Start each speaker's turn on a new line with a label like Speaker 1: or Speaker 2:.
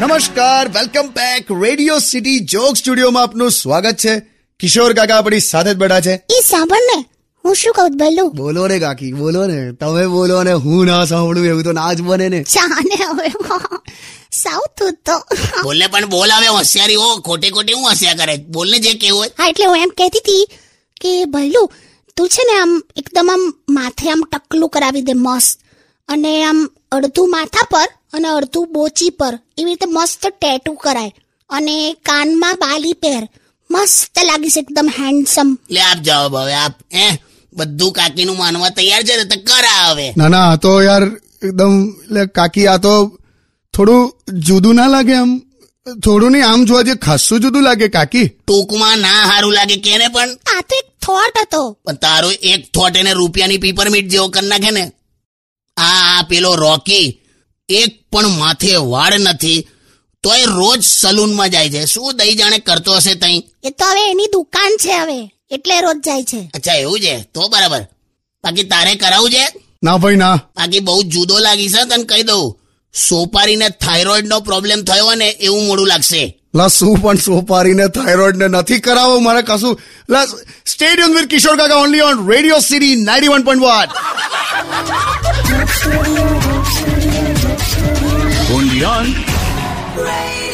Speaker 1: નમસ્કાર welcome back Radio City joke સ્ટુડિયોમાં આપનું સ્વાગત છે કિશોર કાકા આપણી સાથે જ બેઠા છે
Speaker 2: એ સાંભળ ને હું શું કહું ભલું
Speaker 1: બોલો ને કાકી બોલો ને તમે બોલો ને હું ના સાંભળું એવું તો ના જ બને ને
Speaker 2: ચાને હવે સાઉથ તો હા
Speaker 3: બોલે પણ બોલ હવે હોશિયારી હો ખોટે ખોટે હું હોશિયાર કરે બોલ ને જે કેવું હોય
Speaker 2: એટલે હું એમ કહેતી હતી કે ભલું તું છે ને આમ એકદમ આમ માથે આમ ટકલું કરાવી દે મસ્ત અને આમ અડધું માથા પર અને અડધું બોચી પર એવી રીતે મસ્ત ટેટુ કરાય અને કાનમાં બાલી પહેર મસ્ત લાગીશ એકદમ હેન્ડસમ
Speaker 3: લે આપ જવાબ હવે આપ હે બધું કાકીનું માનવા તૈયાર છે ને તો કરા હવે
Speaker 4: ના ના આ તો યાર એકદમ એટલે કાકી આ તો થોડું જુદું ના લાગે આમ થોડું નહીં આમ જોવા જઈએ ખાસ્સું જુદું લાગે કાકી
Speaker 3: ટૂંકમાં ના હારું લાગે કેને પણ
Speaker 2: આ તો એક થોટ હતો
Speaker 3: પણ તારો એક થોટ એને રૂપિયાની પીપરમીટ જેવો કરી નાખે ને આ આ પેલો રોકી એક પણ માથે વાળ નથી તોય રોજ સલૂનમાં જાય છે શું દઈ જાણે કરતો હશે તઈ
Speaker 2: એ તો હવે એની દુકાન છે હવે એટલે રોજ જાય છે
Speaker 3: અચ્છા એવું છે તો બરાબર બાકી તારે કરાવવું છે
Speaker 4: ના ભાઈ ના
Speaker 3: બાકી બહુ જુદો લાગી છે તને કહી દઉં સોપારીને થાઇરોઇડ નો પ્રોબ્લેમ થયો ને એવું મોડું લાગશે
Speaker 4: લા શું પણ સોપારીને થાઇરોઇડ ને નથી કરાવો મારે કશું લા સ્ટેડિયમ વિથ કિશોર કાકા only on radio city ninety one point one
Speaker 5: only on
Speaker 6: Radio